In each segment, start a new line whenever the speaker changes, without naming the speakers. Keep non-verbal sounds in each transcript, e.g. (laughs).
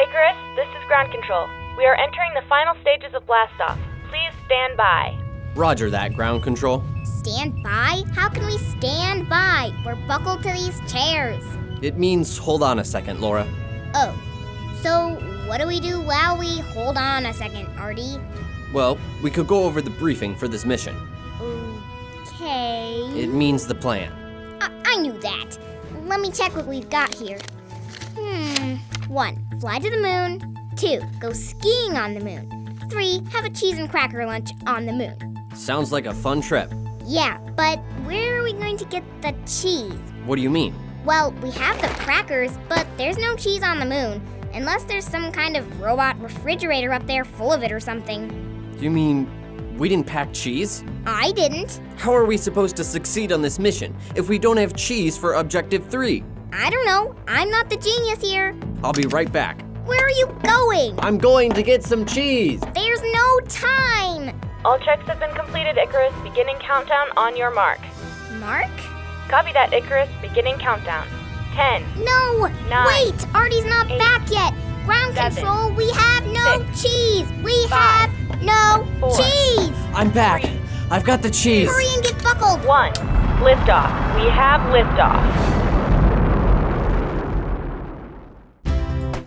Icarus, this is ground control. We are entering the final stages of blastoff. Please stand by.
Roger that, ground control.
Stand by? How can we stand by? We're buckled to these chairs.
It means hold on a second, Laura.
Oh, so what do we do while we hold on a second, Artie?
Well, we could go over the briefing for this mission.
Okay.
It means the plan.
I, I knew that. Let me check what we've got here. Hmm. One, fly to the moon. Two, go skiing on the moon. Three, have a cheese and cracker lunch on the moon.
Sounds like a fun trip.
Yeah, but where are we going to get the cheese?
What do you mean?
Well, we have the crackers, but there's no cheese on the moon, unless there's some kind of robot refrigerator up there full of it or something.
You mean we didn't pack cheese?
I didn't.
How are we supposed to succeed on this mission if we don't have cheese for objective 3?
I don't know. I'm not the genius here.
I'll be right back.
Where are you going?
I'm going to get some cheese.
There's no time!
All checks have been completed, Icarus. Beginning countdown on your mark.
Mark?
Copy that, Icarus. Beginning countdown. 10,
No!
Nine,
Wait! Artie's not
eight,
back yet! Ground
seven,
control, we have no cheese! We
five,
have no
four,
cheese!
I'm back. I've got the cheese.
Hurry and get buckled!
1. Liftoff. We have liftoff.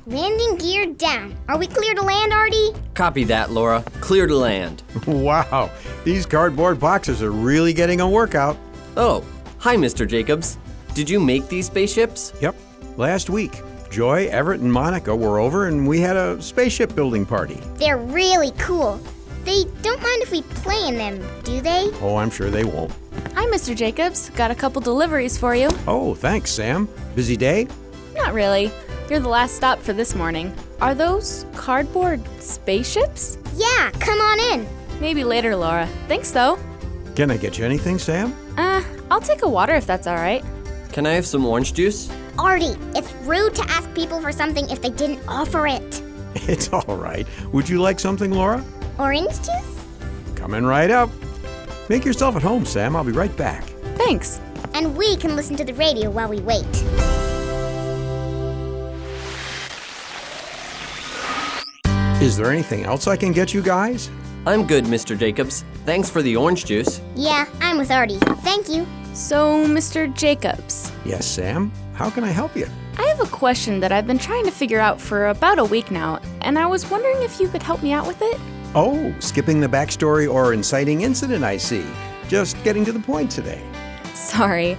Landing gear down. Are we clear to land, Artie?
Copy that, Laura. Clear to land.
Wow, these cardboard boxes are really getting a workout.
Oh, hi, Mr. Jacobs. Did you make these spaceships?
Yep, last week, Joy, Everett, and Monica were over and we had a spaceship building party.
They're really cool. They don't mind if we play in them, do they?
Oh, I'm sure they won't.
Hi, Mr. Jacobs. Got a couple deliveries for you.
Oh, thanks, Sam. Busy day?
Not really. You're the last stop for this morning. Are those cardboard spaceships?
Yeah, come on in.
Maybe later, Laura. Thanks, though.
Can I get you anything, Sam? (laughs)
Uh, I'll take a water if that's all right.
Can I have some orange juice?
Artie, it's rude to ask people for something if they didn't offer it.
It's all right. Would you like something, Laura?
Orange juice?
Coming right up. Make yourself at home, Sam. I'll be right back.
Thanks.
And we can listen to the radio while we wait.
Is there anything else I can get you guys?
I'm good, Mr. Jacobs. Thanks for the orange juice.
Yeah, I'm with Artie. Thank you.
So, Mr. Jacobs,
Yes, Sam. How can I help you?
I have a question that I've been trying to figure out for about a week now, and I was wondering if you could help me out with it. (laughs)
Oh, skipping the backstory or inciting incident, I see. Just getting to the point today.
Sorry.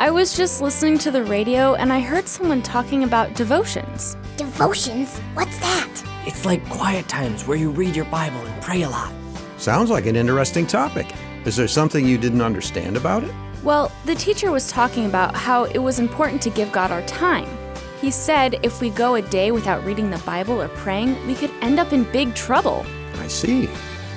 I was just listening to the radio and I heard someone talking about devotions.
Devotions? What's that?
It's like quiet times where you read your Bible and pray a lot.
Sounds like an interesting topic. Is there something you didn't understand about it?
Well, the teacher was talking about how it was important to give God our time. He said if we go a day without reading the Bible or praying, we could end up in big trouble.
I see.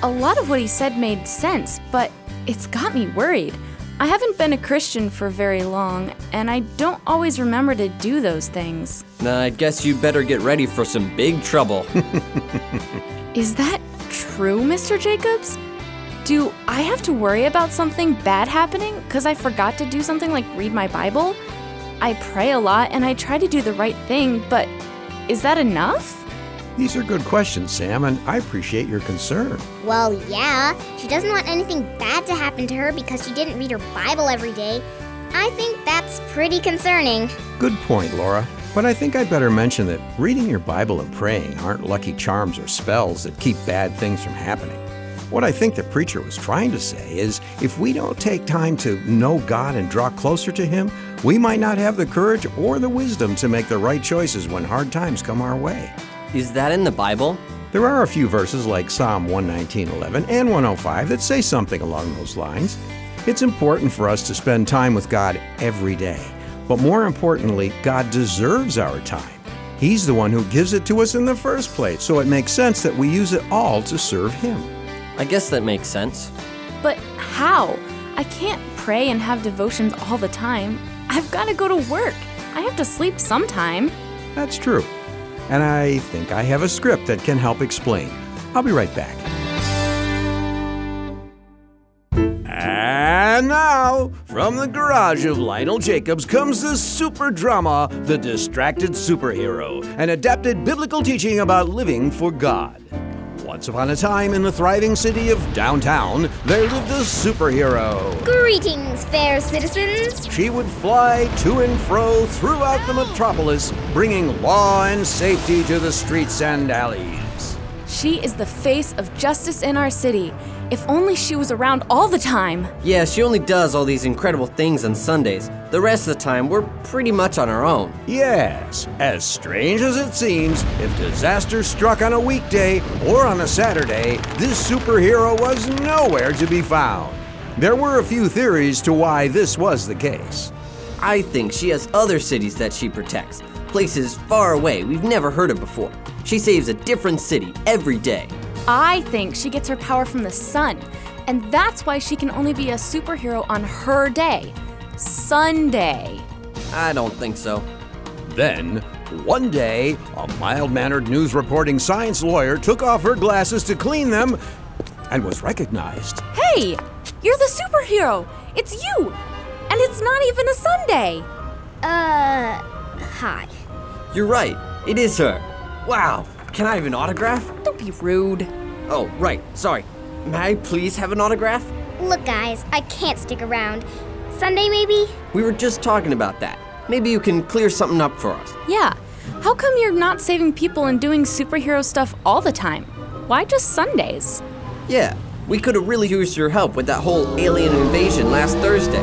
A lot of what he said made sense, but it's got me worried. I haven't been a Christian for very long, and I don't always remember to do those things.
I guess you better get ready for some big (laughs) trouble.
Is that true, Mr. Jacobs? Do I have to worry about something bad happening because I forgot to do something like read my Bible? I pray a lot and I try to do the right thing, but is that enough?
These are good questions, Sam, and I appreciate your concern.
Well, yeah. She doesn't want anything bad to happen to her because she didn't read her Bible every day. I think that's pretty concerning.
Good point, Laura. But I think I'd better mention that reading your Bible and praying aren't lucky charms or spells that keep bad things from happening. What I think the preacher was trying to say is if we don't take time to know God and draw closer to Him, we might not have the courage or the wisdom to make the right choices when hard times come our way.
Is that in the Bible?
There are a few verses like Psalm 119.11 and 105 that say something along those lines. It's important for us to spend time with God every day. But more importantly, God deserves our time. He's the one who gives it to us in the first place, so it makes sense that we use it all to serve Him.
I guess that makes sense.
But how? I can't pray and have devotions all the time. I've got to go to work. I have to sleep sometime.
That's true. And I think I have a script that can help explain. I'll be right back. And now, from the garage of Lionel Jacobs comes the super drama, The Distracted Superhero, an adapted biblical teaching about living for God. Once upon a time in the thriving city of downtown, there lived a superhero.
Greetings, fair citizens.
She would fly to and fro throughout the metropolis, bringing law and safety to the streets and alleys.
She is the face of justice in our city. If only she was around all the time.
Yeah, she only does all these incredible things on Sundays. The rest of the time, we're pretty much on our own.
Yes, as strange as it seems, if disaster struck on a weekday or on a Saturday, this superhero was nowhere to be found. There were a few theories to why this was the case.
I think she has other cities that she protects, places far away we've never heard of before. She saves a different city every day.
I think she gets her power from the sun, and that's why she can only be a superhero on her day Sunday.
I don't think so.
Then, one day, a mild mannered news reporting science lawyer took off her glasses to clean them and was recognized.
Hey, you're the superhero! It's you! And it's not even a Sunday!
Uh, hi.
You're right, it is her. Wow, can I have an autograph?
Don't be rude.
Oh, right, sorry. May I please have an autograph?
Look, guys, I can't stick around. Sunday, maybe?
We were just talking about that. Maybe you can clear something up for us.
Yeah, how come you're not saving people and doing superhero stuff all the time? Why just Sundays?
Yeah, we could have really used your help with that whole alien invasion last Thursday.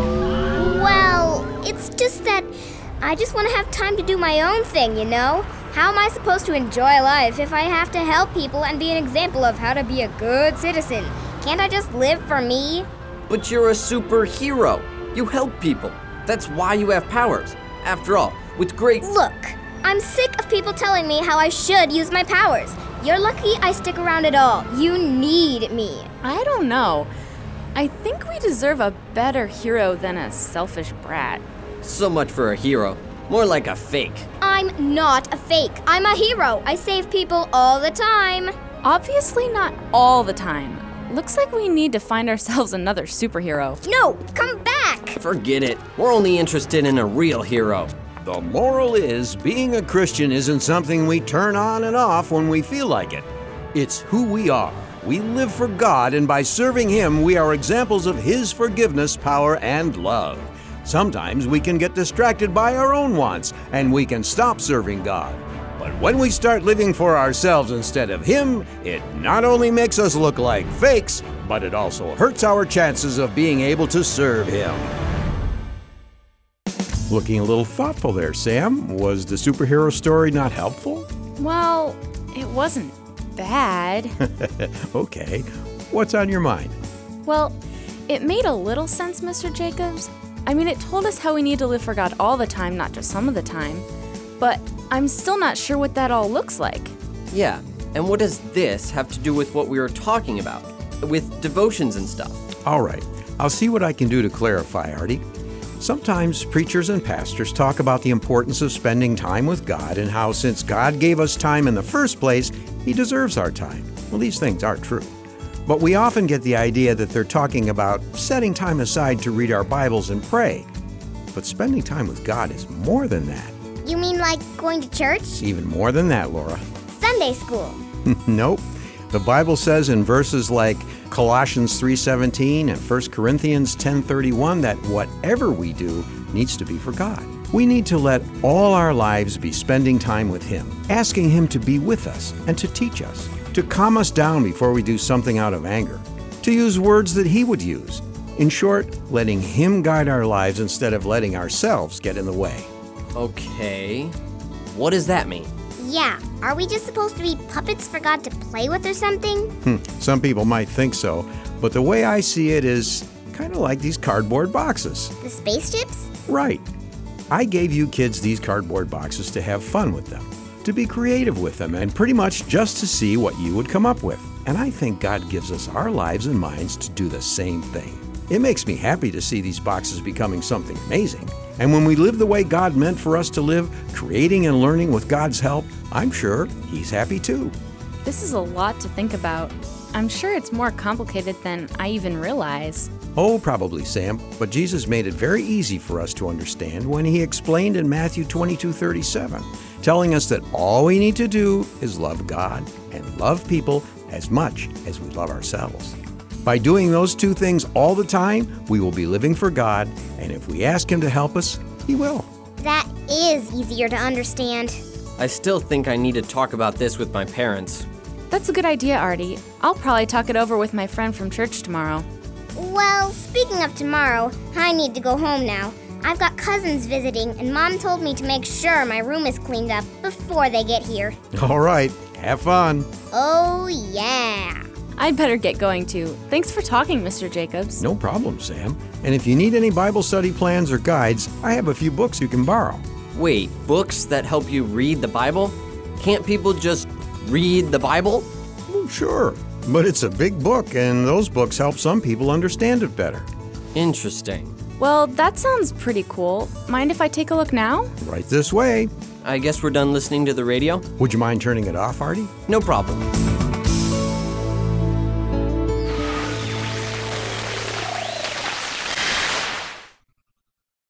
Well, it's just that I just want to have time to do my own thing, you know? How am I supposed to enjoy life if I have to help people and be an example of how to be a good citizen? Can't I just live for me?
But you're a superhero. You help people. That's why you have powers. After all, with great.
Look, I'm sick of people telling me how I should use my powers. You're lucky I stick around at all. You need me.
I don't know. I think we deserve a better hero than a selfish brat.
So much for a hero. More like a fake.
I'm not a fake. I'm a hero. I save people all the time.
Obviously, not all the time. Looks like we need to find ourselves (laughs) another superhero.
No, come back.
Forget it. We're only interested in a real hero.
The moral is being a Christian isn't something we turn on and off when we feel like it. It's who we are. We live for God, and by serving Him, we are examples of His forgiveness, power, and love. Sometimes we can get distracted by our own wants, and we can stop serving God. But when we start living for ourselves instead of Him, it not only makes us look like fakes, but it also hurts our chances of being able to serve Him. Looking a little thoughtful there, Sam. Was the superhero story not helpful? (laughs)
Well, it wasn't bad.
Okay. What's on your mind?
well, it made a little sense, Mr. Jacobs. I mean, it told us how we need to live for God all the time, not just some of the time. But I'm still not sure what that all looks like.
Yeah, and what does this have to do with what we were talking about? With devotions and stuff?
All right. I'll see what I can do to clarify, Artie. Sometimes preachers and pastors talk about the importance of spending time with God and how, since God gave us time in the first place, He deserves our time. Well, these things are true. But we often get the idea that they're talking about setting time aside to read our Bibles and pray. But spending time with God is more than that.
You mean like going to church?
Even more than that, Laura.
Sunday school.
(laughs) Nope. The Bible says in verses like Colossians 3:17 and 1 Corinthians 10:31 that whatever we do needs to be for God. We need to let all our lives be spending time with him, asking him to be with us and to teach us, to calm us down before we do something out of anger, to use words that he would use. In short, letting him guide our lives instead of letting ourselves get in the way.
Okay. What does that mean?
Yeah, are we just supposed to be puppets for God to play with or something?
Some people might think so, but the way I see it is kind of like these cardboard boxes.
The spaceships?
Right. I gave you kids these cardboard boxes to have fun with them, to be creative with them, and pretty much just to see what you would come up with. And I think God gives us our lives and minds to do the same thing. It makes me happy to see these boxes becoming something amazing. And when we live the way God meant for us to live, creating and learning with God's help, I'm sure He's happy too.
This is a lot to think about. I'm sure it's more complicated than I even realize.
Oh, probably, Sam, but Jesus made it very easy for us to understand when he explained in Matthew 22 37, telling us that all we need to do is love God and love people as much as we love ourselves. By doing those two things all the time, we will be living for God, and if we ask Him to help us, He will.
That is easier to understand.
I still think I need to talk about this with my parents.
That's a good idea, Artie. I'll probably talk it over with my friend from church tomorrow.
Well, speaking of tomorrow, I need to go home now. I've got cousins visiting, and Mom told me to make sure my room is cleaned up before they get here.
All right, have fun.
Oh, yeah.
I'd better get going too. Thanks for talking, Mr. Jacobs.
No problem, Sam. And if you need any Bible study plans or guides, I have a few books you can borrow.
Wait, books that help you read the Bible? Can't people just read the Bible?
Well, Sure, but it's a big book, and those books help some people understand it better.
Interesting.
Well, that sounds pretty cool. Mind if I take a look now?
Right this way.
I guess we're done listening to the radio?
Would you mind turning it off, Artie?
No problem.